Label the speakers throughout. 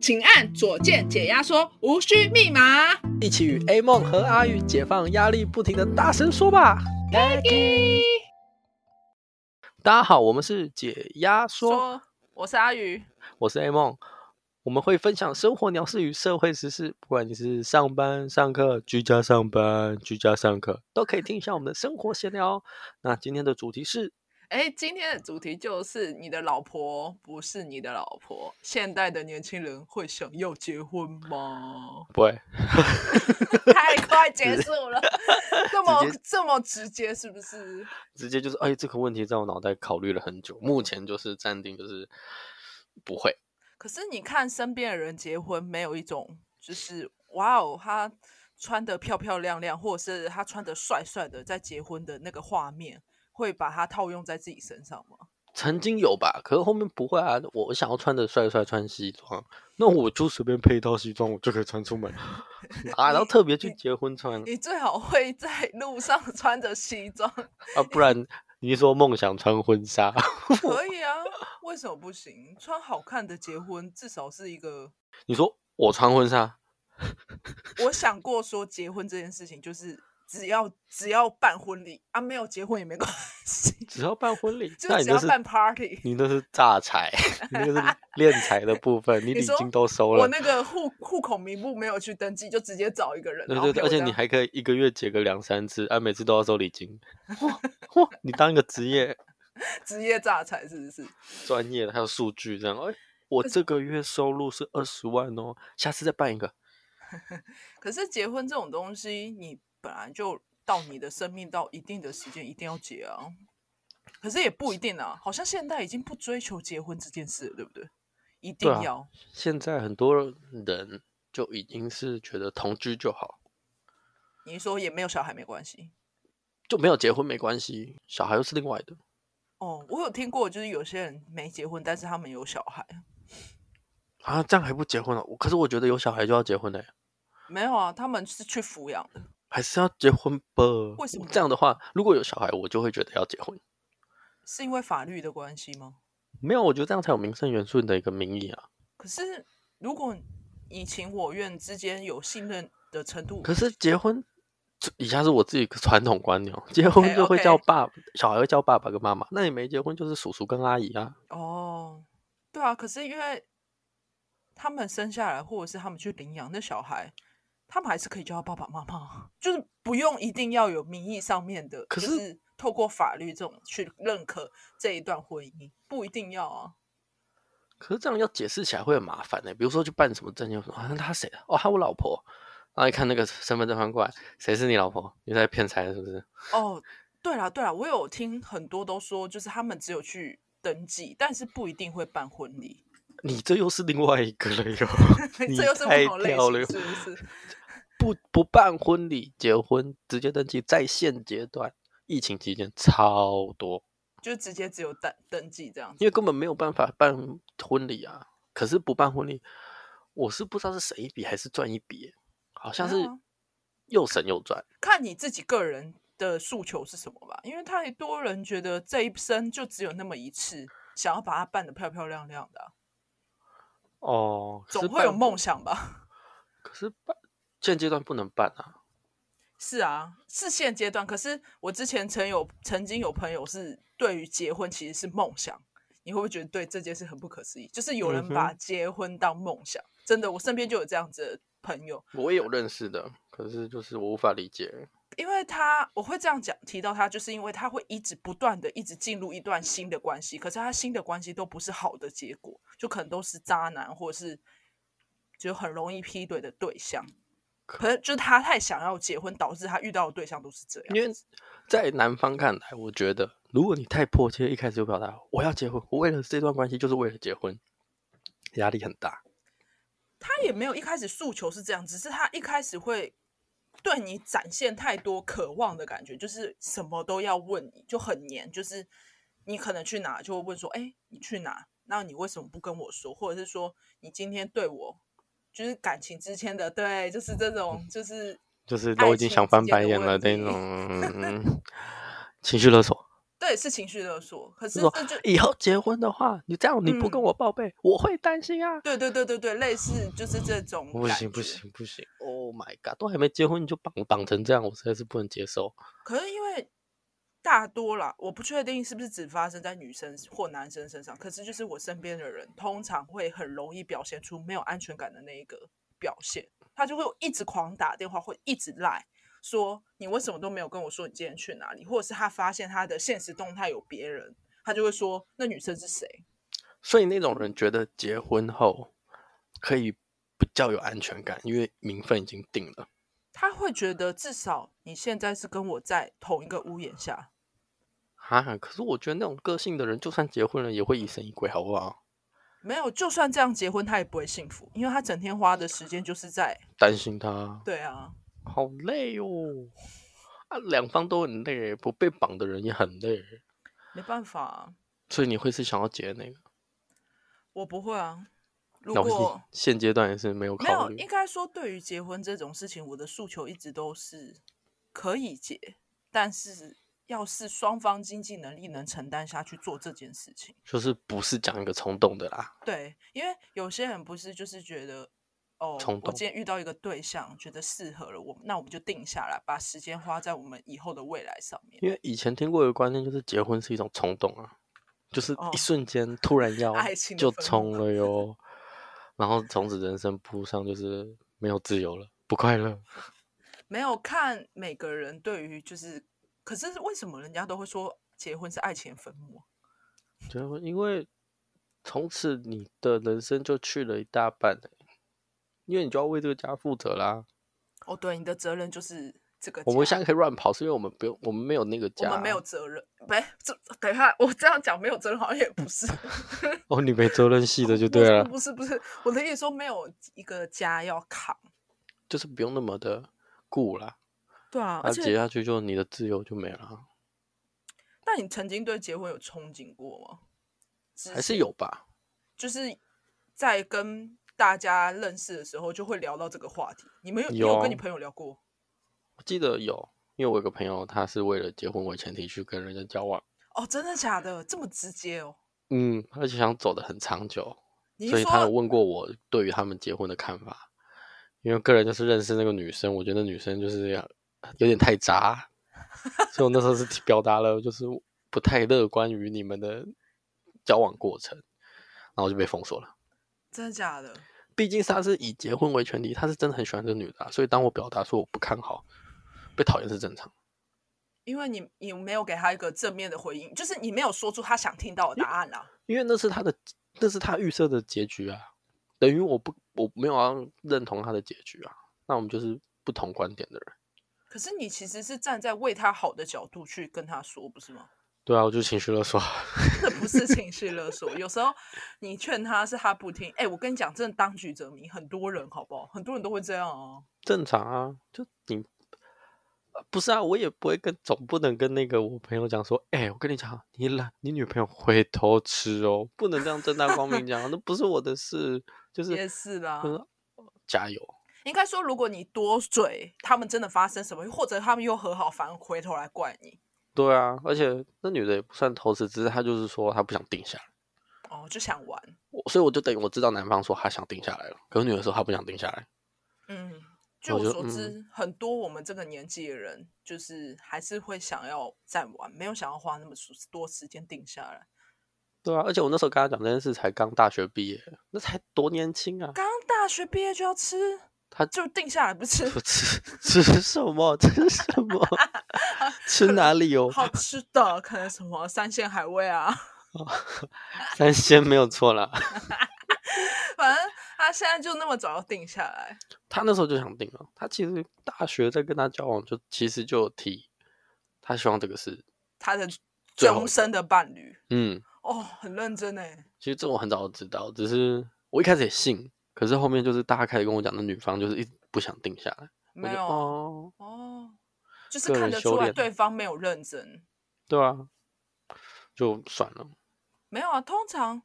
Speaker 1: 请按左键解压缩，无需密码。
Speaker 2: 一起与 A 梦和阿宇解放压力，不停的大声说吧！大家好，我们是解压说，
Speaker 3: 说，我是阿宇，
Speaker 2: 我是 A 梦，我们会分享生活鸟事与社会时事，不管你是上班、上课、居家上班、居家上课，都可以听一下我们的生活闲聊哦。那今天的主题是？
Speaker 3: 哎，今天的主题就是你的老婆不是你的老婆。现代的年轻人会想要结婚 吗
Speaker 2: 不会
Speaker 3: 太快结束了，这么
Speaker 2: 直
Speaker 3: 这么直接是不是？
Speaker 2: 直接就是哎，这个问题在我脑袋考虑了很久，目前就是暂定就是不会。
Speaker 3: 可是你看身边的人结婚，没有一种就是哇哦，他穿的漂漂亮亮，或者是他穿的帅帅的，在结婚的那个画面，会把它套用在自己身上吗？
Speaker 2: 曾经有吧，可是后面不会啊。我想要穿的帅帅，穿西装，那我就随便配一套西装，我就可以穿出门 啊。然后特别去结婚穿
Speaker 3: 你最好会在路上穿着西装，
Speaker 2: 啊，不然你说梦想穿婚纱，
Speaker 3: 可以啊，为什么不行？穿好看的结婚，至少是一个。
Speaker 2: 你说我穿婚纱，
Speaker 3: 我想过说，结婚这件事情就是只要只要办婚礼啊，没有结婚也没关系，
Speaker 2: 只要办婚礼，
Speaker 3: 就
Speaker 2: 那你
Speaker 3: 只
Speaker 2: 那
Speaker 3: 要
Speaker 2: 是
Speaker 3: 办 party。
Speaker 2: 你那是榨 财，你那个是敛财的部分，你
Speaker 3: 你
Speaker 2: 礼
Speaker 3: 说
Speaker 2: 金都收
Speaker 3: 我
Speaker 2: 了。
Speaker 3: 那个户户口名簿没有去登记，就直接找一个人。
Speaker 2: 对
Speaker 3: 然后
Speaker 2: 对对，
Speaker 3: 陪我
Speaker 2: 而且你
Speaker 3: 当
Speaker 2: 还可以一个月结个两三次，啊，每次都要收礼 金。哇哇，你当一个职业
Speaker 3: 职业榨财是不是？
Speaker 2: 专业的，还有数据这样。哎，我这个月收入是二十万哦，下次再办一个。
Speaker 3: 可是结婚这种东西，你本来就到你的生命到一定的时间一定要结啊。可是也不一定啊，好像现在已经不追求结婚这件事了，对不对？一定
Speaker 2: 对啊
Speaker 3: 要。
Speaker 2: 现在很多人就已经是觉得同居就好，
Speaker 3: 你说也没有小孩没关系
Speaker 2: 就没有结婚没关系，小孩又是另外的。
Speaker 3: 哦。我有听过，就是有些人没结婚，但是他们有小孩。
Speaker 2: 啊，这样还不结婚了？我可是我觉得有小孩就要结婚嘞、
Speaker 3: 没有啊，他们是去抚养的。
Speaker 2: 还是要结婚吧？
Speaker 3: 为什么
Speaker 2: 这样的话，如果有小孩，我就会觉得要结婚。
Speaker 3: 是因为法律的关系吗？
Speaker 2: 没有，我觉得这样才有名正言顺的一个名义啊。
Speaker 3: 可是如果你情我愿之间有信任的程度，
Speaker 2: 可是结婚，这以下是我自己的传统观念哦，结婚就会叫
Speaker 3: OK，OK
Speaker 2: 爸小孩会叫爸爸跟妈妈。那你没结婚就是叔叔跟阿姨啊。
Speaker 3: 哦，对啊，可是因为他们生下来，或者是他们去领养那小孩，他们还是可以叫他爸爸妈妈，就是不用一定要有名义上面的，
Speaker 2: 可
Speaker 3: 就是是透过法律这种去认可这一段婚姻，不一定要啊。
Speaker 2: 可是这样要解释起来会很麻烦呢、欸比如说去办什么证件，说啊，那他谁啊？哦，他我老婆。然后一看那个身份证翻过来，谁是你老婆？你在骗财是不是？
Speaker 3: 哦，对啦对啦，我有听很多都说，就是他们只有去登记，但是不一定会办婚礼。，
Speaker 2: 你这又是另外一个了哟 你
Speaker 3: 这又是
Speaker 2: 太
Speaker 3: 不同类
Speaker 2: 跳了哟
Speaker 3: 型，是不是？
Speaker 2: 不不办婚礼，结婚直接登记，在现阶段疫情期间超多，
Speaker 3: 就直接只有登登记这样子。
Speaker 2: 因为根本没有办法办婚礼啊。可是不办婚礼，我是不知道是省一笔还是赚一笔耶，好像
Speaker 3: 没有
Speaker 2: 是
Speaker 3: 啊
Speaker 2: 又省又赚。
Speaker 3: 看你自己个人的诉求是什么吧，因为太多人觉得这一生就只有那么一次，想要把它办得漂漂亮亮的啊、
Speaker 2: 哦，可是
Speaker 3: 总会有
Speaker 2: 办
Speaker 3: 梦想吧？
Speaker 2: 可是办现阶段不能办啊。
Speaker 3: 是啊，是现阶段。可是我之前曾有曾经有朋友是对于结婚其实是梦想，你会不会觉得对这件事很不可思议？就是有人
Speaker 2: 嗯
Speaker 3: 把结婚当梦想，真的，我身边就有这样子的朋友，
Speaker 2: 我也有认识的，可是就是我无法理解。
Speaker 3: 因为他我会这样讲提到他，就是因为他会一直不断的一直进入一段新的关系，可是他新的关系都不是好的结果，就可能都是渣男或者是就很容易劈腿的对象。可是就是他太想要结婚，导致他遇到的对象都是这样。
Speaker 2: 因为在男方看来，我觉得如果你太迫切，一开始就表达我要结婚，我为了这段关系就是为了结婚，压力很大。
Speaker 3: 他也没有一开始诉求是这样，只是他一开始会对你展现太多渴望的感觉，就是什么都要问你，就很黏。就是你可能去哪就会问说：“哎、你去哪？那你为什么不跟我说？”或者是说：“你今天对我就是感情之间的对，就是这种就是
Speaker 2: 就是
Speaker 3: 爱
Speaker 2: 都已经
Speaker 3: 情
Speaker 2: 想
Speaker 3: 之
Speaker 2: 翻
Speaker 3: 间
Speaker 2: 白
Speaker 3: 的
Speaker 2: 眼
Speaker 3: 问
Speaker 2: 了那
Speaker 3: 题
Speaker 2: 种嗯情绪勒索。
Speaker 3: 对，是情绪勒索。可是
Speaker 2: 说
Speaker 3: 这就
Speaker 2: 以后结婚的话，你这样你不跟
Speaker 3: 嗯
Speaker 2: 我报备，我会担心啊。
Speaker 3: 对对对对对，类似就是这种
Speaker 2: 不
Speaker 3: 感
Speaker 2: 行不
Speaker 3: 觉。
Speaker 2: 行不行！Oh my god，都还没结婚你就绑绑成这样，我实在是不能接受。
Speaker 3: 可是因为大多啦，我不确定是不是只发生在女生或男生身上，可是就是我身边的人通常会很容易表现出没有安全感的那一个表现，他就会一直狂打电话，会一直赖。说你为什么都没有跟我说你今天去哪里，或者是他发现他的现实动态有别人，他就会说那女生是谁？
Speaker 2: 所以那种人觉得结婚后可以比较有安全感，因为名分已经定了。
Speaker 3: 他会觉得至少你现在是跟我在同一个屋檐下，
Speaker 2: 啊，可是我觉得那种个性的人，就算结婚了，也会疑神疑鬼，好不好？
Speaker 3: 没有，就算这样结婚，他也不会幸福，因为他整天花的时间就是在
Speaker 2: 担心他，
Speaker 3: 对啊，
Speaker 2: 好累哦。啊，两方都很累，不被绑的人也很累，
Speaker 3: 没办法啊、
Speaker 2: 所以你会是想要结那个？
Speaker 3: 我不会啊。如
Speaker 2: 那我
Speaker 3: 果
Speaker 2: 是现阶段也是没有
Speaker 3: 没
Speaker 2: 考
Speaker 3: 有，
Speaker 2: 虑
Speaker 3: 应。该说对于结婚这种事情，我的诉求一直都是可以结，但是要是双方经济能力能承担下去做这件事情，
Speaker 2: 就是不是讲一个冲动的啦，
Speaker 3: 对，因为有些人不是就是觉得。哦
Speaker 2: 冲，
Speaker 3: 我
Speaker 2: 动
Speaker 3: 今天遇到一个对象，觉得适合了我，那我们就定下来，把时间花在我们以后的未来上面。
Speaker 2: 因为以前听过一个观念，就是结婚是一种冲动啊，就是
Speaker 3: 哦
Speaker 2: 一瞬间突然要
Speaker 3: 爱情的
Speaker 2: 就
Speaker 3: 坟墓
Speaker 2: 冲了 哟，然后从此人生步上就是没有自由了，不快乐。
Speaker 3: 没有看每个人对于就是，可是为什么人家都会说结婚是爱情的坟墓啊？
Speaker 2: 结婚，因为从此你的人生就去了一大半、因为你就要为这个家负责啦。
Speaker 3: 哦，对，你的责任就是这个家。
Speaker 2: 我们现在可以乱跑，是因为我们不用，我们没有那个
Speaker 3: 我
Speaker 2: 家，
Speaker 3: 们没有责任，没这等一下，我这样讲没有责任好像也不 是，
Speaker 2: 哦，你没责任系的就 对了，
Speaker 3: 不是不是，我的意思说没有一个家要扛，
Speaker 2: 就是不用那么的顾啦。
Speaker 3: 对啊，
Speaker 2: 啊，
Speaker 3: 而
Speaker 2: 结
Speaker 3: 且
Speaker 2: 下去就你的自由就没了啊，
Speaker 3: 那你曾经对结婚有憧憬过吗？之
Speaker 2: 还是
Speaker 3: 前，
Speaker 2: 有吧？
Speaker 3: 就是在跟大家认识的时候就会聊到这个话题，你们有你
Speaker 2: 有
Speaker 3: 有
Speaker 2: 啊
Speaker 3: 跟你朋友聊过？
Speaker 2: 我记得有，因为我有个朋友，他是为了结婚为前提去跟人家交往，
Speaker 3: 哦，真的假的？这么直接哦？
Speaker 2: 嗯，而且想走得很长久，
Speaker 3: 你
Speaker 2: 所
Speaker 3: 是
Speaker 2: 以他有
Speaker 3: 说
Speaker 2: 问过我对于他们结婚的看法。因为个人就是认识那个女生，我觉得女生就是有点太渣，所以我那时候是 表达了就是不太乐观于你们的交往过程，然后就被封锁了。
Speaker 3: 真的假的？
Speaker 2: 毕竟他是以结婚为前提，他是真的很喜欢这个女的啊、所以当我表达说我不看好，被讨厌是正常。
Speaker 3: 因为你你没有给他一个正面的回应，就是你没有说出他想听到的答案啦。
Speaker 2: 因为那是他的，那是他预设的结局啊，等于我不我没有要认同他的结局啊，那我们就是不同观点的人。
Speaker 3: 可是你其实是站在为他好的角度去跟他说，不是吗？
Speaker 2: 对啊，我就情绪勒索。
Speaker 3: 这不是情绪勒索，有时候你劝他是他不听。哎、我跟你讲，真的当局者迷，很多人好不好？很多人都会这样哦。
Speaker 2: 正常啊，就你呃不是啊，我也不会跟，总不能跟那个我朋友讲说，哎、我跟你讲，你老你女朋友回头吃哦，不能这样正大光明讲，啊那不是我的事，就是
Speaker 3: 也是啦，
Speaker 2: 嗯，加油，
Speaker 3: 应该说，如果你多嘴，他们真的发生什么，或者他们又和好，反而回头来怪你。
Speaker 2: 对啊，而且那女的也不算偷吃，只是她就是说她不想定下来，
Speaker 3: 哦，就想玩，
Speaker 2: 我所以我就等于我知道男方说他想定下来了，可是女的说她不想定下来，
Speaker 3: 嗯，据
Speaker 2: 我
Speaker 3: 我
Speaker 2: 就
Speaker 3: 所
Speaker 2: 嗯
Speaker 3: 知，很多我们这个年纪的人，就是还是会想要再玩，没有想要花那么时多时间定下来。
Speaker 2: 对啊，而且我那时候跟她讲这件事才刚大学毕业，那才多年轻啊，
Speaker 3: 刚大学毕业就要吃，
Speaker 2: 他
Speaker 3: 就定下来不吃，
Speaker 2: 说吃吃什么吃什 么吃哪里哦，
Speaker 3: 好吃的可能什么三鲜海味啊，
Speaker 2: 三鲜没有错啦。
Speaker 3: 反正他现在就那么早要定下来。
Speaker 2: 他那时候就想定了，他其实大学在跟他交往就其实就有提，他希望这个是
Speaker 3: 他的
Speaker 2: 最后一
Speaker 3: 终身的伴侣
Speaker 2: 嗯，
Speaker 3: 哦，很认真哎，
Speaker 2: 其实这我很早就知道，只是我一开始也信，可是后面就是大家开始跟我讲，那女方就是一直不想定下来，我
Speaker 3: 没
Speaker 2: 就
Speaker 3: 有
Speaker 2: 哦，
Speaker 3: 哦，就是
Speaker 2: 个
Speaker 3: 看
Speaker 2: 人
Speaker 3: 得
Speaker 2: 修
Speaker 3: 出来
Speaker 2: 炼
Speaker 3: 对方没有认真。
Speaker 2: 对啊，就算了，
Speaker 3: 没有啊，通常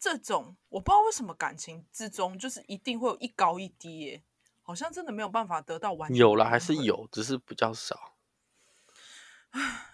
Speaker 3: 这种我不知道为什么感情之中就是一定会有一高一低耶，好像真的没有办法得到完全的
Speaker 2: 有了
Speaker 3: 平
Speaker 2: 还是
Speaker 3: 衡。
Speaker 2: 有，只是比较少。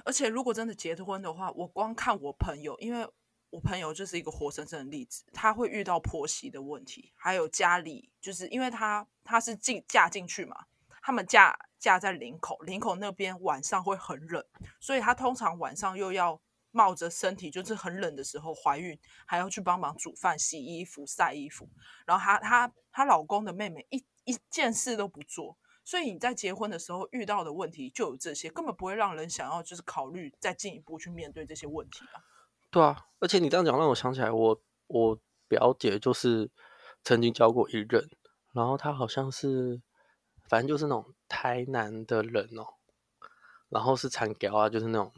Speaker 3: 而且如果真的结婚的话，我光看我朋友，因为我朋友就是一个活生生的例子，他会遇到婆媳的问题，还有家里，就是因为他他是进嫁进去嘛，他们嫁嫁在林口，林口那边晚上会很冷，所以他通常晚上又要冒着身体就是很冷的时候怀孕，还要去帮忙煮饭、洗衣服、晒衣服，然后她她她老公的妹妹一一件事都不做，所以你在结婚的时候遇到的问题就有这些，根本不会让人想要就是考虑再进一步去面对这些问题啊。
Speaker 2: 对啊，而且你这样讲让我想起来我，我表姐就是曾经交过一任，然后她好像是反正就是那种台南的人哦，然后是产屌啊，就是那种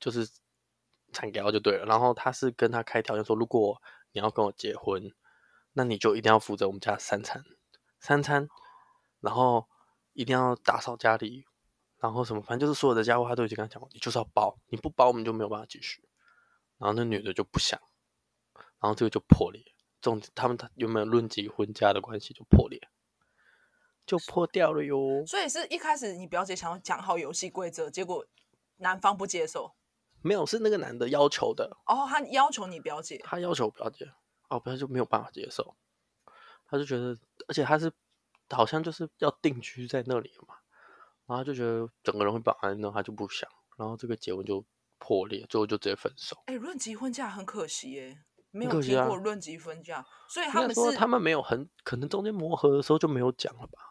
Speaker 2: 就是产屌就对了，然后她是跟他开条件说，如果你要跟我结婚，那你就一定要负责我们家三餐三餐，然后一定要打扫家里。然后什么，反正就是所有的家务，她都已经跟他讲过，你就是要包，你不包我们就没有办法继续。然后那女的就不想，然后这个就破裂。重点他们他有没有论及婚嫁的关系就破裂，就破掉了哟。
Speaker 3: 所以是一开始你表姐想要讲好游戏规则，结果男方不接受，
Speaker 2: 没有，是那个男的要求的，
Speaker 3: 哦，他要求你表姐，
Speaker 2: 他要求我表姐，哦，我表姐就没有办法接受，他就觉得，而且他是好像就是要定居在那里嘛，然后他就觉得整个人会不安，然后他就不想，然后这个结婚就破裂，最后就直接分手。
Speaker 3: 哎，论及婚嫁很可惜耶，没
Speaker 2: 很
Speaker 3: 有
Speaker 2: 可惜
Speaker 3: 听
Speaker 2: 啊
Speaker 3: 过论及婚嫁，所以
Speaker 2: 应
Speaker 3: 他
Speaker 2: 该
Speaker 3: 们
Speaker 2: 说
Speaker 3: 是
Speaker 2: 他们没有很可能中间磨合的时候就没有讲了吧？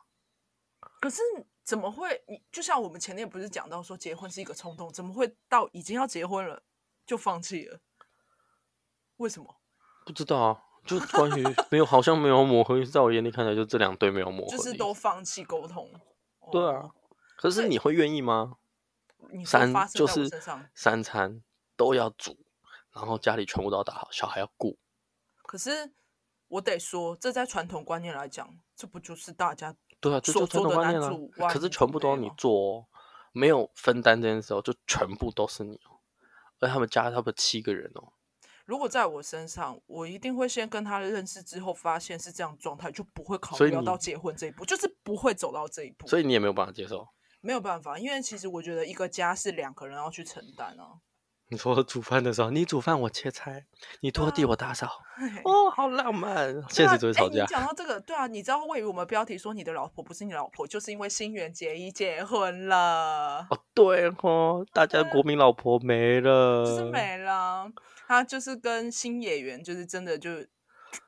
Speaker 3: 可是怎么会？你就像我们前面不是讲到说结婚是一个冲动，怎么会到已经要结婚了就放弃了？为什么？
Speaker 2: 不知道啊，就是关于没有，好像没有磨合，在我眼里看起来就这两对没有磨合的
Speaker 3: 就
Speaker 2: 意思，
Speaker 3: 是都放弃沟通。
Speaker 2: 对
Speaker 3: 哦
Speaker 2: 啊，。可是你会愿意吗？
Speaker 3: 你说
Speaker 2: 三
Speaker 3: 发生
Speaker 2: 就
Speaker 3: 在我
Speaker 2: 是
Speaker 3: 身上，
Speaker 2: 三餐都要煮，然后家里全部都要打好，小孩要顾，
Speaker 3: 可是我得说，这在传统观念来讲，这不就是大家
Speaker 2: 对啊，这
Speaker 3: 所
Speaker 2: 就传
Speaker 3: 做的
Speaker 2: 统观
Speaker 3: 男
Speaker 2: 念啊
Speaker 3: 主外
Speaker 2: 可是
Speaker 3: 女
Speaker 2: 全
Speaker 3: 主
Speaker 2: 部都要
Speaker 3: 内
Speaker 2: 你
Speaker 3: 吗
Speaker 2: 做哦，没有分担这件事哦，就全部都是你哦。而他们家他们七个人哦，
Speaker 3: 如果在我身上，我一定会先跟他认识之后，发现是这样的状态，就不会考
Speaker 2: 所以
Speaker 3: 虑要
Speaker 2: 你
Speaker 3: 到结婚这一步，就是不会走到这一步。
Speaker 2: 所以你也没有办法接受。
Speaker 3: 没有办法，因为其实我觉得一个家是两个人要去承担啊。
Speaker 2: 你说煮饭的时候，你煮饭我切菜，你拖地我打扫，
Speaker 3: 对
Speaker 2: 哦，好浪漫。现
Speaker 3: 啊
Speaker 2: 实只会
Speaker 3: 哎
Speaker 2: 吵
Speaker 3: 你
Speaker 2: 架。
Speaker 3: 讲到这个，对啊，你知道位于我们标题说你的老婆不是你老婆，就是因为新垣结衣结婚了，
Speaker 2: 哦，对哦，大家国民老婆没了，
Speaker 3: 就是没了。她就是跟新演员，就是真的就是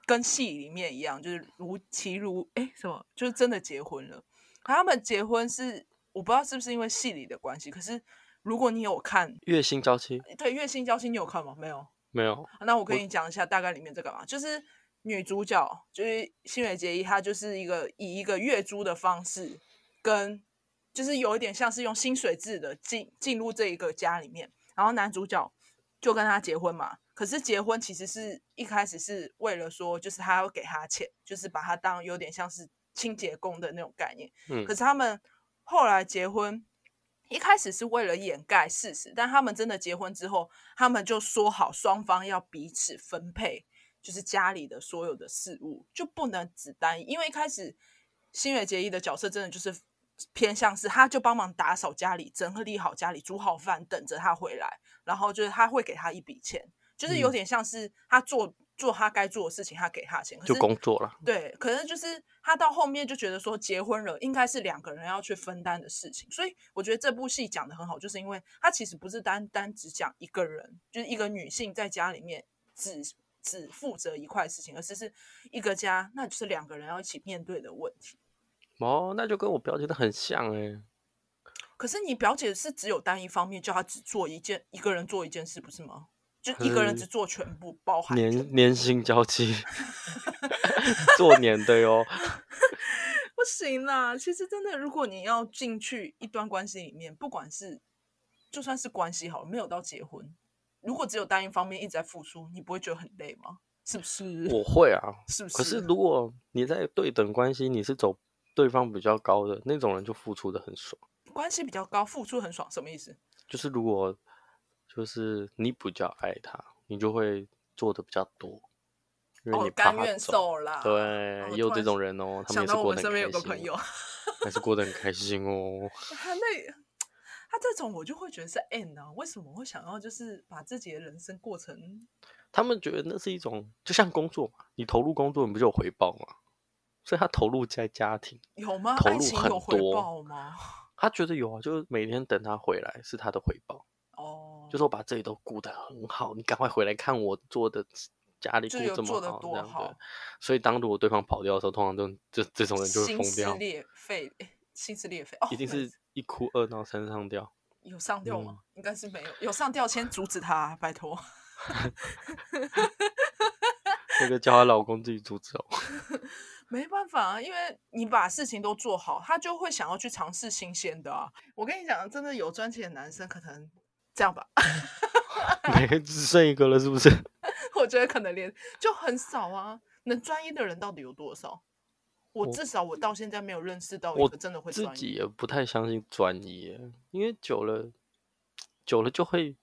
Speaker 3: 跟戏里面一样，就是如其如哎什么，就是真的结婚了。他们结婚是我不知道是不是因为戏里的关系，可是如果你有看，
Speaker 2: 月薪娇妻
Speaker 3: 对《月薪娇妻》，你有看吗？没有。
Speaker 2: 没有，
Speaker 3: 那我跟你讲一下大概里面在干嘛，就是女主角就是新垣结衣，她就是一个以一个月租的方式跟就是有一点像是用薪水制的进进入这一个家里面，然后男主角就跟她结婚嘛。可是结婚其实是一开始是为了说，就是他要给她钱，就是把她当有点像是清洁工的那种概念。
Speaker 2: 嗯
Speaker 3: 可，是他们后来结婚，一开始是为了掩盖事实，但他们真的结婚之后，他们就说好双方要彼此分配，就是家里的所有的事物，就不能只单一。因为一开始新月结衣的角色真的就是偏向是，他就帮忙打扫家里，整理好家里，煮好饭，等着他回来，然后就是他会给他一笔钱，就是有
Speaker 2: 嗯
Speaker 3: 点像是他做。做他该做的事情，他给他钱，可
Speaker 2: 就是工作了。
Speaker 3: 对，可是就是他到后面就觉得说，结婚了应该是两个人要去分担的事情，所以我觉得这部戏讲的很好，就是因为他其实不是单单只讲一个人，就是一个女性在家里面只只负责一块事情，而是是一个家，那就是两个人要一起面对的问题。
Speaker 2: 哦，那就跟我表姐的很像哎、
Speaker 3: 可是你表姐是只有单一方面，叫她只做一件，一个人做一件事，不是吗？就一个人只
Speaker 2: 嗯
Speaker 3: 做全部，包含全部
Speaker 2: 年年薪娇 妻，做年的哟。
Speaker 3: 不行啦，其实真的，如果你要进去一段关系里面，不管是就算是关系好了，没有到结婚，如果只有单一方面一直在付出，你不会觉得很累吗？是不是？
Speaker 2: 我会啊，
Speaker 3: 是不是？
Speaker 2: 可是如果你在对等关系，你是走对方比较高的那种人，就付出的很爽。
Speaker 3: 关系比较高，付出很爽，什么意思？
Speaker 2: 就是如果就是你比较爱他，你就会做的比较多，因为
Speaker 3: 哦
Speaker 2: 你，怕
Speaker 3: 甘
Speaker 2: 他
Speaker 3: 愿
Speaker 2: 走。
Speaker 3: 受啦。
Speaker 2: 对啊
Speaker 3: 哦，
Speaker 2: 也有
Speaker 3: 突
Speaker 2: 这
Speaker 3: 然
Speaker 2: 种人哦，他们
Speaker 3: 想
Speaker 2: 也是
Speaker 3: 到我
Speaker 2: 过
Speaker 3: 们
Speaker 2: 得
Speaker 3: 身
Speaker 2: 很
Speaker 3: 边
Speaker 2: 开
Speaker 3: 有个
Speaker 2: 心
Speaker 3: 朋友
Speaker 2: 哦，，还是过得很开心
Speaker 3: 啊
Speaker 2: 哦。
Speaker 3: 他那他这种我就会觉得是 N 啊，为什么会想要就是把自己的人生过成？
Speaker 2: 他们觉得那是一种，就像工作嘛，你投入工作，你不就有回报吗？所以他投入在家庭，
Speaker 3: 有吗？
Speaker 2: 投
Speaker 3: 爱
Speaker 2: 入
Speaker 3: 情
Speaker 2: 很
Speaker 3: 有回
Speaker 2: 多
Speaker 3: 报吗？
Speaker 2: 他觉得有啊，就是每天等他回来是他的回报，
Speaker 3: 哦，
Speaker 2: 就是我把这里都顾得很好，你赶快回来看我做的家里
Speaker 3: 就
Speaker 2: 顾
Speaker 3: 有
Speaker 2: 这
Speaker 3: 做
Speaker 2: 么
Speaker 3: 得
Speaker 2: 好，这
Speaker 3: 多
Speaker 2: 样对
Speaker 3: 好。
Speaker 2: 所以当如果对方跑掉的时候，通常都这这种人就会
Speaker 3: 心
Speaker 2: 疯
Speaker 3: 撕
Speaker 2: 掉，
Speaker 3: 裂肺，诶心撕裂肺哦，
Speaker 2: 一定
Speaker 3: 那
Speaker 2: 是一哭二闹三上吊。
Speaker 3: 有上吊吗？
Speaker 2: 嗯
Speaker 3: 应该是没有，有上吊先阻止他啊、拜托。
Speaker 2: 那个叫她老公自己哦 出走。
Speaker 3: 没办法啊，因为你把事情都做好，他就会想要去尝试新鲜的啊。我跟你讲，真的有专情的男生可能这样吧，
Speaker 2: 每个只剩一个了，是不是？
Speaker 3: 我觉得可能连就很少啊。能专一的人到底有多少？我
Speaker 2: 我
Speaker 3: 至少我到现在没有认识到一
Speaker 2: 我
Speaker 3: 个真的会
Speaker 2: 自
Speaker 3: 专
Speaker 2: 己
Speaker 3: 一。
Speaker 2: 也不太相信专一耶，因为久了，久了就会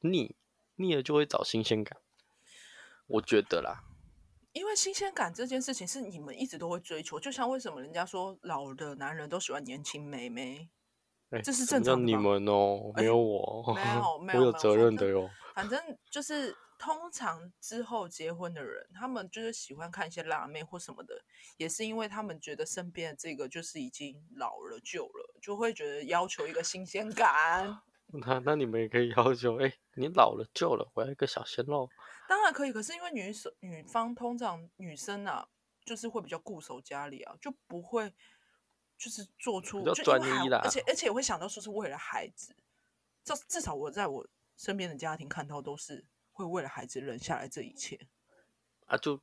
Speaker 2: 腻，腻了就会找新鲜感。我觉得啦，
Speaker 3: 因为新鲜感这件事情是你们一直都会追求，就像为什么人家说老的男人都喜欢年轻妹妹，
Speaker 2: 哎、
Speaker 3: 这是
Speaker 2: 什
Speaker 3: 正
Speaker 2: 么叫
Speaker 3: 常的
Speaker 2: 你
Speaker 3: 吧
Speaker 2: 们哦，
Speaker 3: 哎
Speaker 2: 没有我，
Speaker 3: 没 有没有
Speaker 2: 我
Speaker 3: 没有
Speaker 2: 有责任的哟。
Speaker 3: 反正就是通常之后结婚的人，他们就是喜欢看一些辣妹或什么的，也是因为他们觉得身边的这个就是已经老了旧了，就会觉得要求一个新鲜感。
Speaker 2: 那那你们也可以要求，哎、你老了旧了，我要一个小鲜肉。
Speaker 3: 当然可以，可是因为女生女方通常女生啊，就是会比较固守家里啊，就不会就是做出
Speaker 2: 较
Speaker 3: 就因为
Speaker 2: 专
Speaker 3: 还
Speaker 2: 一啦
Speaker 3: 而且而且会想到说是为了孩子，至至少我在我身边的家庭看到都是会为了孩子忍下来这一切。
Speaker 2: 啊，就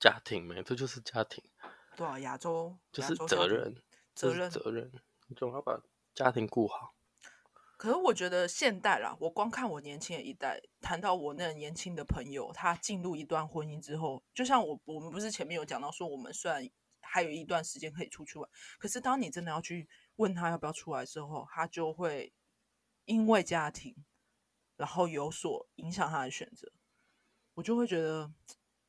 Speaker 2: 家庭没，这就是家庭，
Speaker 3: 对啊，亚洲
Speaker 2: 就
Speaker 3: 亚
Speaker 2: 是
Speaker 3: 洲家
Speaker 2: 责
Speaker 3: 庭
Speaker 2: 任，这
Speaker 3: 责
Speaker 2: 是
Speaker 3: 任。
Speaker 2: 责任，你总要把家庭顾好。
Speaker 3: 可是我觉得现代啦，我光看我年轻的一代，谈到我那年轻的朋友，他进入一段婚姻之后，就像我我们不是前面有讲到说，我们虽然还有一段时间可以出去玩，可是当你真的要去问他要不要出来之后，他就会因为家庭，然后有所影响他的选择，我就会觉得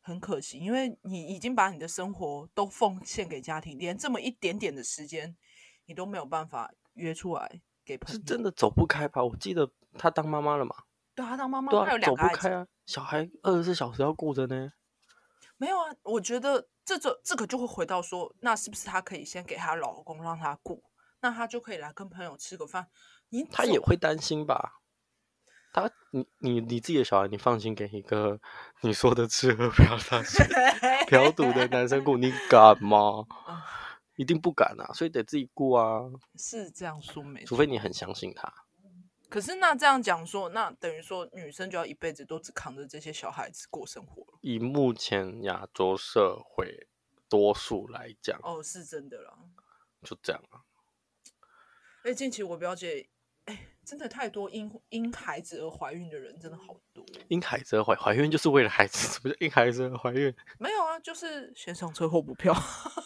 Speaker 3: 很可惜，因为你已经把你的生活都奉献给家庭，连这么一点点的时间，你都没有办法约出来给朋
Speaker 2: 是
Speaker 3: 友。
Speaker 2: 真的走不开吧？我记得她当妈妈了嘛，
Speaker 3: 对啊，当妈妈，
Speaker 2: 对
Speaker 3: 她有
Speaker 2: 啊，
Speaker 3: 两
Speaker 2: 走
Speaker 3: 个
Speaker 2: 不
Speaker 3: 孩
Speaker 2: 开
Speaker 3: 子。
Speaker 2: 啊，小孩二十四小时要顾着呢。
Speaker 3: 没有啊，我觉得这种这个就会回到说，那是不是她可以先给她老公让她顾，那她就可以来跟朋友吃个饭。你
Speaker 2: 她
Speaker 3: 总
Speaker 2: 也会担心吧？她，你你你自己的小孩，你放心给一个你说的 吃喝嫖赌嫖赌的男生顾，你敢 吗？
Speaker 3: 啊
Speaker 2: 一定不敢啊，所以得自己顾啊，
Speaker 3: 是这样说没
Speaker 2: 除
Speaker 3: 错，
Speaker 2: 非你很相信他。
Speaker 3: 可是那这样讲说，那等于说女生就要一辈子都只扛着这些小孩子过生活了。
Speaker 2: 以目前亚洲社会多数来讲，
Speaker 3: 哦，是真的啦。
Speaker 2: 就这样啊。
Speaker 3: 哎，近期我表姐，哎，真的太多因因孩子而怀孕的人，真的好多。
Speaker 2: 因孩子而怀怀孕就是为了孩子，什么叫因孩子而 怀孕？
Speaker 3: 没有啊，就是先上车后补票。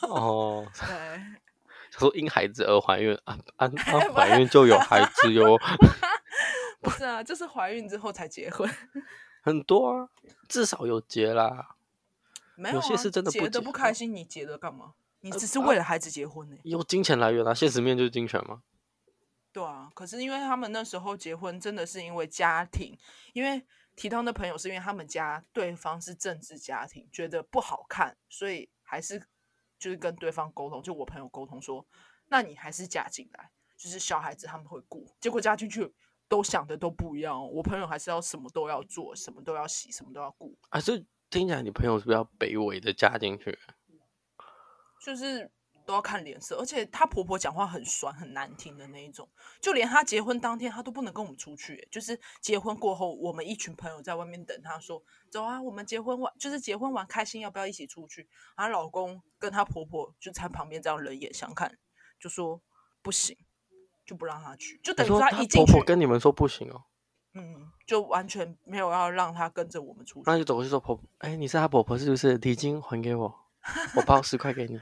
Speaker 2: 哦，
Speaker 3: 对。
Speaker 2: 他说因孩子而怀孕，啊啊
Speaker 3: 不
Speaker 2: 啊
Speaker 3: 是！
Speaker 2: 怀孕就有孩 子哟，
Speaker 3: 不是啊，就是怀孕之后才结婚，
Speaker 2: 很多啊，至少有结啦。
Speaker 3: 没
Speaker 2: 有
Speaker 3: 啊、
Speaker 2: 些是真的不
Speaker 3: 结的
Speaker 2: 结
Speaker 3: 不
Speaker 2: 婚
Speaker 3: 开心，你结了干嘛？你
Speaker 2: 呃
Speaker 3: 只是
Speaker 2: 啊
Speaker 3: 为了孩子结婚呢、
Speaker 2: 有金钱来源啊，现实面就是金钱嘛。
Speaker 3: 对啊，可是因为他们那时候结婚，真的是因为家庭，因为提到那朋友是因为他们家对方是政治家庭，觉得不好看，所以还是就是跟对方沟通，就我朋友沟通说，那你还是嫁进来，就是小孩子他们会顾，结果嫁进去都想的都不一样哦、我朋友还是要什么都要做，什么都要洗，什么都要顾，
Speaker 2: 啊，这听起来你朋友是比较卑微的嫁进去，
Speaker 3: 就是都要看脸色，而且她婆婆讲话很酸很难听的那一种，就连她结婚当天她都不能跟我们出去、欸就是结婚过后，我们一群朋友在外面等她说，走啊，我们结婚完就是结婚完开心，要不要一起出去？她老公跟她婆婆就在旁边这样冷眼相看，就说不行，就不让她去，就
Speaker 2: 你
Speaker 3: 等于
Speaker 2: 说
Speaker 3: 她
Speaker 2: 她
Speaker 3: 一进
Speaker 2: 婆
Speaker 3: 去，
Speaker 2: 婆跟你们说不行哦，
Speaker 3: 嗯，就完全没有要让她跟着我们出去
Speaker 2: 那。就走过去说婆，哎，你是她婆婆是不是？礼金还 给我，我包十块给你。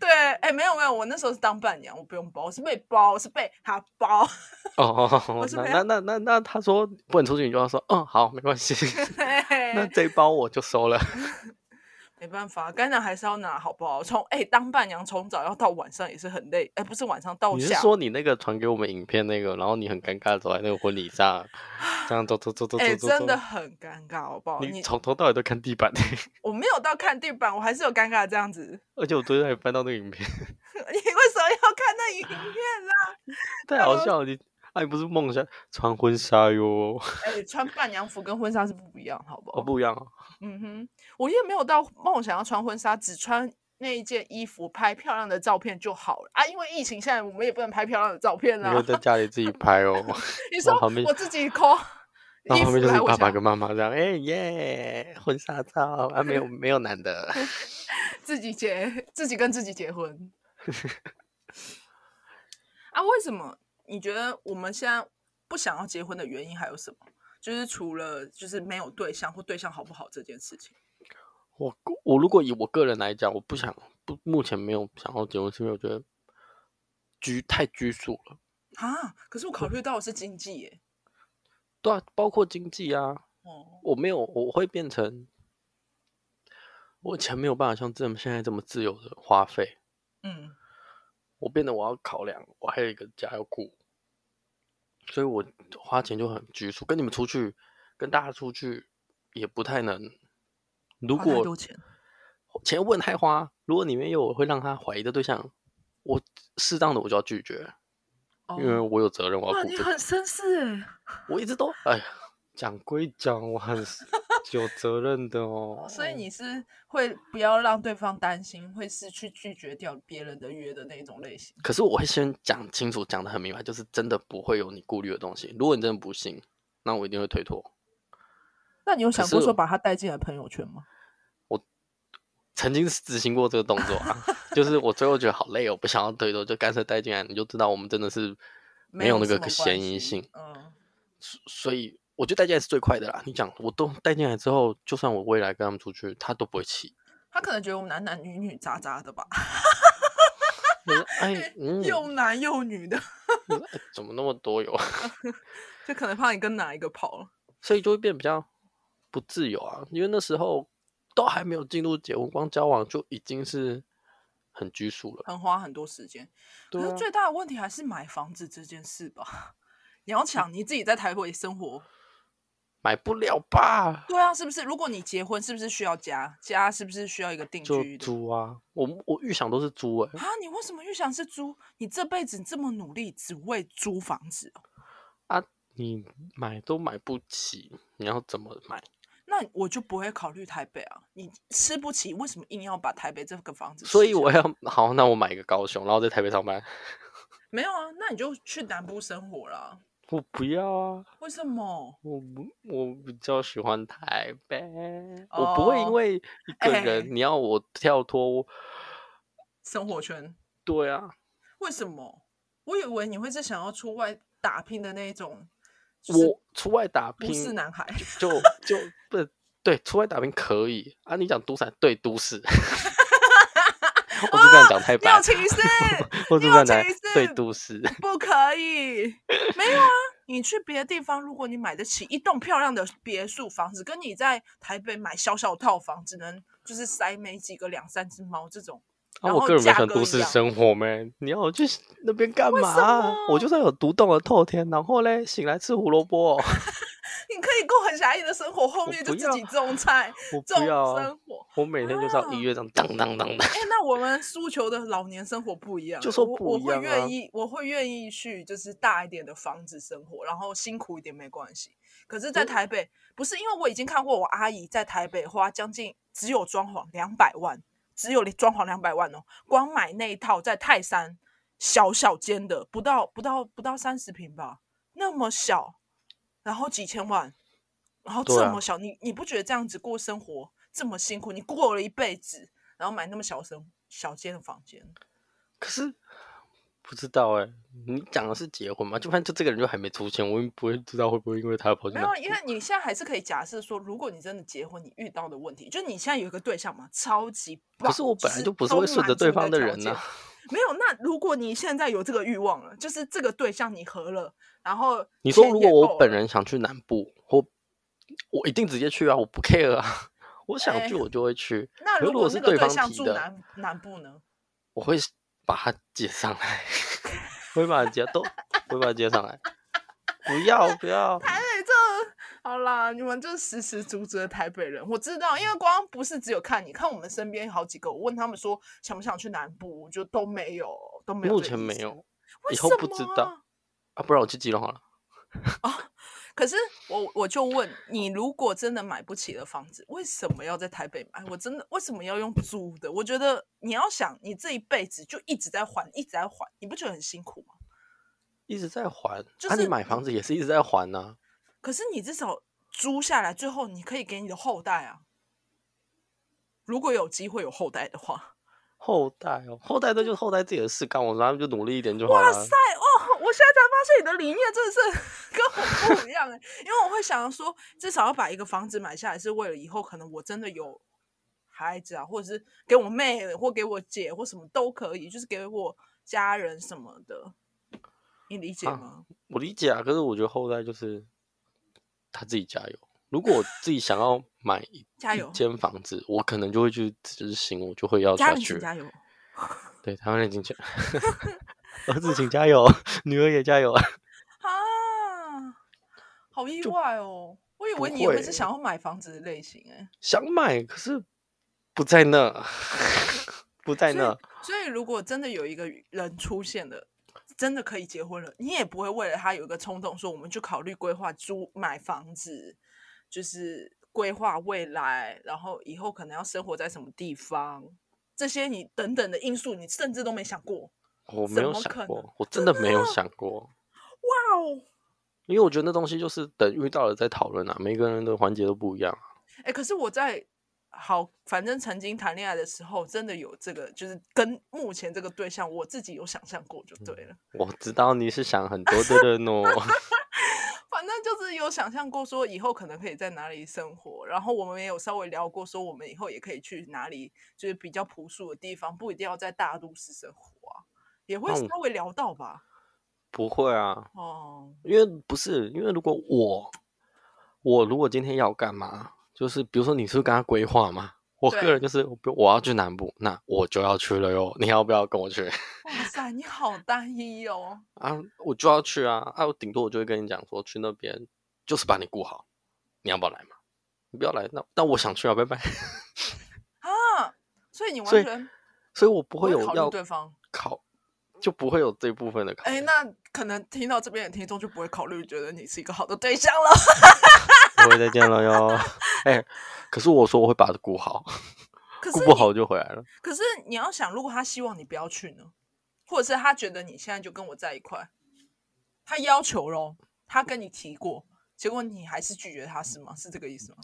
Speaker 3: 对，哎、没有没有，我那时候是当伴娘，我不用包，我是被包，我是被她包。
Speaker 2: 哦哦哦
Speaker 3: 我，是
Speaker 2: 那
Speaker 3: 没
Speaker 2: 那那那那，她说哦 不能出去，你就要说，嗯，好，没关系，那这一包我就收了。
Speaker 3: 没办法，该拿还是要拿，好不好？从哎、当伴娘从早要到晚上也是很累，哎、不是晚上到
Speaker 2: 你是
Speaker 3: 下午
Speaker 2: 说你那个传给我们影片那个，然后你很尴尬地走在那个婚礼上，这样走走走走
Speaker 3: 哎、
Speaker 2: 走走
Speaker 3: 真
Speaker 2: 走
Speaker 3: 的，很尴尬，好不好？
Speaker 2: 你
Speaker 3: 你
Speaker 2: 从头到尾都看地板，
Speaker 3: 我没有到看地板，我还是有尴尬这样子。
Speaker 2: 而且我昨天还翻到那个影片，
Speaker 3: 你为什么要看那影片啦？
Speaker 2: 太好笑了！你哎，不是梦想穿婚纱哟，
Speaker 3: 哎、穿伴娘服跟婚纱是不一样，好不好？
Speaker 2: 哦不一样啊，
Speaker 3: 嗯哼，我也没有到梦想要穿婚纱，只穿那一件衣服拍漂亮的照片就好了啊。因为疫情，现在我们也不能拍漂亮的啊照片
Speaker 2: 你
Speaker 3: 啦
Speaker 2: 可以。在家 里自己拍哦。
Speaker 3: 你
Speaker 2: 然
Speaker 3: 说
Speaker 2: 后旁边
Speaker 3: 我自己抠
Speaker 2: 然
Speaker 3: 衣
Speaker 2: 后
Speaker 3: 服
Speaker 2: 旁边就
Speaker 3: 来
Speaker 2: 是你
Speaker 3: 我
Speaker 2: 爸
Speaker 3: 家
Speaker 2: 爸跟妈妈这样，哎、耶，婚纱照啊，没有没有男的，
Speaker 3: 自己结，自己跟自己结婚。 啊，为什么你觉得我们现在不想要结婚的原因还有什么？就是除了就是没有对象或对象好不好这件事情，
Speaker 2: 我我如果以我个人来讲，我不想不目前没有想要结婚，是因为我觉得拘太拘束了。
Speaker 3: 啊，可是我考虑到的是经济耶，
Speaker 2: 对啊，包括经济啊，
Speaker 3: 哦，
Speaker 2: 我没有，我会变成我以前没有办法像这么现在这么自由的花费，
Speaker 3: 嗯，
Speaker 2: 我变得我要考量，我还有一个家要顾，所以我花钱就很拘束。跟你们出去，跟大家出去也不太能。如
Speaker 3: 花太
Speaker 2: 果
Speaker 3: 多钱
Speaker 2: 钱问太花，如果里面有我会让他怀疑的对象，我适当的我就要拒绝，
Speaker 3: 哦
Speaker 2: 因为我有责任，我
Speaker 3: 哇，
Speaker 2: 要负
Speaker 3: 你
Speaker 2: 责。
Speaker 3: 很绅士哎，
Speaker 2: 我一直都哎呀，讲归讲，我 很有责任的哦。
Speaker 3: 所以你是会不要让对方担心，会是去拒绝掉别人的约的那一种类型。
Speaker 2: 可是我会先讲清楚，讲的很明白，就是真的不会有你顾虑的东西。如果你真的不信，那我一定会推脱。
Speaker 3: 那你有想
Speaker 2: 是
Speaker 3: 过说把他带进来朋友圈吗？
Speaker 2: 曾经执行过这个动作啊， 就是我最后觉得好累哦，不想要推脱，就干脆带进来，你就知道我们真的是没有那
Speaker 3: 什
Speaker 2: 个
Speaker 3: 么
Speaker 2: 嫌
Speaker 3: 关
Speaker 2: 疑
Speaker 3: 系
Speaker 2: 性。
Speaker 3: 嗯，
Speaker 2: 所所以我觉得带进来是最快的啦。你讲，我都带进来之后，就算我未来跟他们出去，他都不会气。
Speaker 3: 他可能觉得我们男男女女渣渣的吧，
Speaker 2: 我说哎，嗯，
Speaker 3: 又男又女的，
Speaker 2: 我 说哎怎么那么多有？
Speaker 3: 就可能怕你跟哪一个跑了。
Speaker 2: 所以就会变比较不自由啊，因为那时候都还没有进入结婚，光交往就已经是很拘束了。
Speaker 3: 很花很多时间。
Speaker 2: 对
Speaker 3: 可
Speaker 2: 啊
Speaker 3: 是最大的问题还是买房子这件事吧。 你
Speaker 2: 嗯
Speaker 3: 要想你自己在台北生活，
Speaker 2: 买不了吧？
Speaker 3: 对啊，是不是？如果你结婚，是不是需要家？家是不是需要一个定
Speaker 2: 就
Speaker 3: 居的？
Speaker 2: 租啊！我我预想都是租哎、
Speaker 3: 啊，你为什么又想是租？你这辈子这么努力，只为租房子哦？
Speaker 2: 啊，你买都买不起，你要怎么买？
Speaker 3: 那我就不会考虑台北啊！你吃不起，为什么硬要把台北这个房子吃下
Speaker 2: 所
Speaker 3: 来？
Speaker 2: 以我要好，那我买一个高雄，然后在台北上班。
Speaker 3: 没有啊，那你就去南部生活啦。
Speaker 2: 我不要啊！
Speaker 3: 为什么？
Speaker 2: 我不，我比较喜欢台北，我不会因
Speaker 3: 哦
Speaker 2: 为一个
Speaker 3: 哎
Speaker 2: 人、你要我跳脱，
Speaker 3: 生活圈？
Speaker 2: 对啊，
Speaker 3: 为什么？我以为你会是想要出外打拼的那一种，就是
Speaker 2: 我出外打拼
Speaker 3: 都市男孩。
Speaker 2: 就就不对，出外打拼可以啊。你讲都市，对都市，我就这样讲太白
Speaker 3: 哦要，歧视
Speaker 2: 我就
Speaker 3: 你
Speaker 2: 这样
Speaker 3: 有
Speaker 2: 讲
Speaker 3: 歧视
Speaker 2: 对都市，
Speaker 3: 不可以，没有啊！你去别的地方，如果你买得起一栋漂亮的别墅房子，跟你在台北买小小套房，只能就是塞没几个两三只猫这种，
Speaker 2: 啊，
Speaker 3: 然
Speaker 2: 我
Speaker 3: 后
Speaker 2: 个人没
Speaker 3: 价
Speaker 2: 想
Speaker 3: 格
Speaker 2: 都
Speaker 3: 一
Speaker 2: 市
Speaker 3: 样
Speaker 2: 生活咩？你要我去那边干嘛
Speaker 3: 么
Speaker 2: 啊？我就算有独栋的透天，然后嘞醒来吃胡萝卜，哦
Speaker 3: 你可以过很狭义的生活，后
Speaker 2: 我
Speaker 3: 面
Speaker 2: 不
Speaker 3: 就自己
Speaker 2: 要
Speaker 3: 种菜、
Speaker 2: 我
Speaker 3: 种
Speaker 2: 不要啊
Speaker 3: 生！啊活。
Speaker 2: 我每天就是要音乐这样当当当当，
Speaker 3: 哎、那我们诉求的老年生活不一样，
Speaker 2: 就说
Speaker 3: 我
Speaker 2: 不
Speaker 3: 我
Speaker 2: 一
Speaker 3: 会
Speaker 2: 样啊
Speaker 3: 愿意，我会愿意去就是大一点的房子生活，然后辛苦一点没关系。可是，在台北不是因为我已经看过我阿姨在台北花将近只有装潢两百万，只有装潢两百万哦，光买那一套在泰山小小间的，不到不到不到三十平吧，那么小，然后几千万，然后
Speaker 2: 对
Speaker 3: 这
Speaker 2: 啊
Speaker 3: 么小，你你不觉得这样子过生活这么辛苦？你过了一辈子，然后买那么小生小间的房间，
Speaker 2: 可是。不知道哎、你讲的是结婚吗？就反正就这个人就还没出现，我也不会知道会嗯不会因为他跑去
Speaker 3: 没
Speaker 2: 哪
Speaker 3: 有，啊因为你现在还是可以假设说，如果你真的结婚，你遇到的问题，就你现在有一个对象嘛，超级棒。
Speaker 2: 可是我本来
Speaker 3: 就
Speaker 2: 就不是
Speaker 3: 都
Speaker 2: 会顺
Speaker 3: 满
Speaker 2: 着
Speaker 3: 足
Speaker 2: 对
Speaker 3: 你
Speaker 2: 方的
Speaker 3: 条
Speaker 2: 人呐
Speaker 3: 件没有，那如果你现在有这个欲望了，就是这个对象你合了，然后
Speaker 2: 你说
Speaker 3: 钱
Speaker 2: 如
Speaker 3: 也
Speaker 2: 果我
Speaker 3: 够
Speaker 2: 本
Speaker 3: 了
Speaker 2: 人想去南部，我我一定直接去啊，我不 care 啊，我想
Speaker 3: 哎
Speaker 2: 去我就会去。
Speaker 3: 那
Speaker 2: 可是
Speaker 3: 如
Speaker 2: 如果
Speaker 3: 果
Speaker 2: 是
Speaker 3: 那个
Speaker 2: 对方
Speaker 3: 对象
Speaker 2: 提
Speaker 3: 住
Speaker 2: 的
Speaker 3: 南南部呢？
Speaker 2: 我会把他接上来， 我会把他接都，我会把他接上来。不要不要，
Speaker 3: 台北这好啦，你们就是时时阻止的台北人，我知道，因为光不是只有看你，看我们身边好几个，我问他们说想不想去南部，就都没有，都没有
Speaker 2: 目
Speaker 3: 这个
Speaker 2: 前
Speaker 3: 意
Speaker 2: 没
Speaker 3: 思，
Speaker 2: 有
Speaker 3: 为
Speaker 2: 以后
Speaker 3: 什
Speaker 2: 不知
Speaker 3: 么
Speaker 2: 道
Speaker 3: 啊
Speaker 2: 啊，不然我去基隆好了。
Speaker 3: 可是我我就问你，如果真的买不起的房子，为什么要在台北买？我真的为什么要用租的？我觉得你要想，你这一辈子就一直在还，一直在还，你不觉得很辛苦吗？
Speaker 2: 一直在还，
Speaker 3: 就
Speaker 2: 啊，你
Speaker 3: 是
Speaker 2: 买房子也是一直在还啊呐、
Speaker 3: 可是你至少租下来，最后你可以给你的后代啊，如果有机会有后代的话，
Speaker 2: 后代哦，后代那就是后代自己的事干，我说他们就努力一点就好
Speaker 3: 哇
Speaker 2: 了。啊
Speaker 3: 塞哦！我现在才发现你的理念真的是 跟我不一样哎、因为我会想说，至少要把一个房子买下来，是为了以后可能我真的有孩子啊，或者是给我妹或给我姐或什么都可以，就是给我家人什么的，你理解
Speaker 2: 啊
Speaker 3: 吗？
Speaker 2: 我理解啊，可是我觉得后代就是他自己加油。如果我自己想要买一
Speaker 3: 加
Speaker 2: 一
Speaker 3: 油
Speaker 2: 间房子，我可能就会去执行，我就会要
Speaker 3: 家
Speaker 2: 下
Speaker 3: 人
Speaker 2: 去
Speaker 3: 请。加油！啊
Speaker 2: 对，台湾人请加油， 儿子请加油，女儿也加油。
Speaker 3: 啊，好意外哦！我以
Speaker 2: 不
Speaker 3: 为你也会
Speaker 2: 会
Speaker 3: 是想要买房子的类型哎、
Speaker 2: 想买，可是不在那， 不在
Speaker 3: 所
Speaker 2: 那
Speaker 3: 以。所以如果真的有一个人出现了，真的可以结婚了，你也不会为了他有一个冲动说我们就考虑规划租买房子，就是规划未来，然后以后可能要生活在什么地方，这些你等等的因素，你甚至都没想过。
Speaker 2: 我没
Speaker 3: 怎
Speaker 2: 有
Speaker 3: 么
Speaker 2: 想
Speaker 3: 可
Speaker 2: 过
Speaker 3: 能，
Speaker 2: 我真的 没有想过，
Speaker 3: 哇哦！
Speaker 2: 因为我觉得那东西就是等遇到了再讨论啊，每个人的环节都不一样。啊
Speaker 3: 哎、可是我在好，反正曾经谈恋爱的时候，真的有这个，就是跟目前这个对象，我自己有想象过就
Speaker 2: 嗯
Speaker 3: 对了。
Speaker 2: 我知道你是想很多的人哦，
Speaker 3: 反正就是有想象过说以后可能可以在哪里生活，然后我们也有稍微聊过说我们以后也可以去哪里，就是比较朴素的地方，不一定要在大都市生活啊，也会
Speaker 2: 那我
Speaker 3: 稍微聊到吧。
Speaker 2: 不会啊，
Speaker 3: 哦，
Speaker 2: 因为不是因为如果我我如果今天要干嘛，就是比如说你是不是跟他规划嘛，我
Speaker 3: 对
Speaker 2: 个人就是比如我要去南部，那我就要去了哟，你要不要跟我去
Speaker 3: 哇塞，你好单一哦。
Speaker 2: 啊？我就要去啊，啊，我顶多我就会跟你讲说去那边就是把你顾好，你要不要来嘛？你不要来，那那我想去啊，拜拜。
Speaker 3: 啊，所以你完
Speaker 2: 所以
Speaker 3: 全
Speaker 2: 所以我不会
Speaker 3: 不
Speaker 2: 有
Speaker 3: 会考虑
Speaker 2: 要
Speaker 3: 对方
Speaker 2: 考，就不会有这部分的考
Speaker 3: 哎、
Speaker 2: 虑。
Speaker 3: 那 可能听到这边的听众就不会考虑觉得你是一个好的对象了。
Speaker 2: 各位再见了哟。哎、可是我说我会把它顾好，
Speaker 3: 可
Speaker 2: 顾
Speaker 3: 是
Speaker 2: 不
Speaker 3: 你，
Speaker 2: 好就回来了。
Speaker 3: 可是你要想，如果他希望你不要去呢，或者是他觉得你现在就跟我在一块，他要求咯，他跟你提过，结果你还是拒绝他，是吗？是这个意 思吗？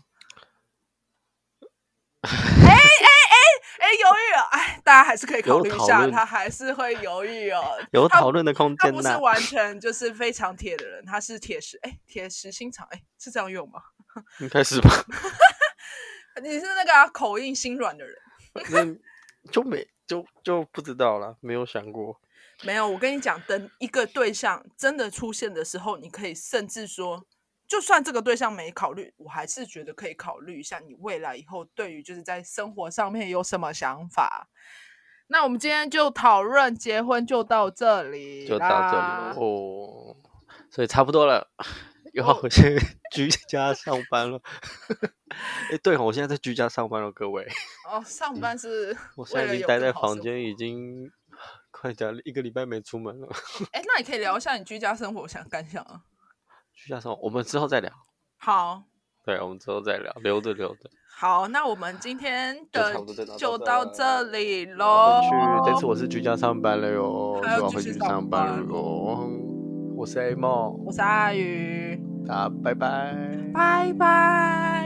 Speaker 3: 哎哎哎哎，犹豫了，哎，大家还是可以考
Speaker 2: 有
Speaker 3: 虑一
Speaker 2: 讨
Speaker 3: 下，
Speaker 2: 论
Speaker 3: 他还是会犹豫哦。
Speaker 2: 有
Speaker 3: 他
Speaker 2: 讨论的空
Speaker 3: 他
Speaker 2: 间
Speaker 3: 不
Speaker 2: 呐、
Speaker 3: 是完全就是非常铁的人，他是铁石，哎，铁石心肠，哎，是这样用吗？
Speaker 2: 应该是吧？
Speaker 3: 你是那个啊、口硬心软的人。
Speaker 2: 那就没就就不知道了，没有想过。
Speaker 3: 没有，我跟你讲，等一个对象真的出现的时候，你可以甚至说，就算这个对象没考虑，我还是觉得可以考虑一下你未来以后对于就是在生活上面有什么想法。那我们今天就讨论结婚就到这里，
Speaker 2: 就到这里了。哦，所以差不多了，又
Speaker 3: 哦
Speaker 2: 要回 去居家上班了。 哎、对哦，我现在在居家上班了，各位。
Speaker 3: 哦，上班是
Speaker 2: 嗯 我现
Speaker 3: 为
Speaker 2: 在
Speaker 3: 了
Speaker 2: 已经
Speaker 3: 有
Speaker 2: 待
Speaker 3: 更
Speaker 2: 在
Speaker 3: 好
Speaker 2: 房
Speaker 3: 生
Speaker 2: 间，
Speaker 3: 活
Speaker 2: 已经快讲一个礼拜没出门了。
Speaker 3: 哎，那你可以聊一下你居家生活想感想啊。
Speaker 2: 居家上班，我们之后再聊。
Speaker 3: 好，
Speaker 2: 对，我们之后再聊，留着留着。
Speaker 3: 好，那我们今天
Speaker 2: 就
Speaker 3: 的
Speaker 2: 差不多就
Speaker 3: 就
Speaker 2: 到
Speaker 3: 到
Speaker 2: 这
Speaker 3: 这里
Speaker 2: 我
Speaker 3: 喽。
Speaker 2: 去，这次我是居家上班了哟，
Speaker 3: 哦还要
Speaker 2: 又要
Speaker 3: 继
Speaker 2: 回
Speaker 3: 续
Speaker 2: 去
Speaker 3: 上
Speaker 2: 上班了
Speaker 3: 班
Speaker 2: 哟。我是 A 梦，
Speaker 3: 我是阿宇，
Speaker 2: 大家拜拜。
Speaker 3: 拜拜。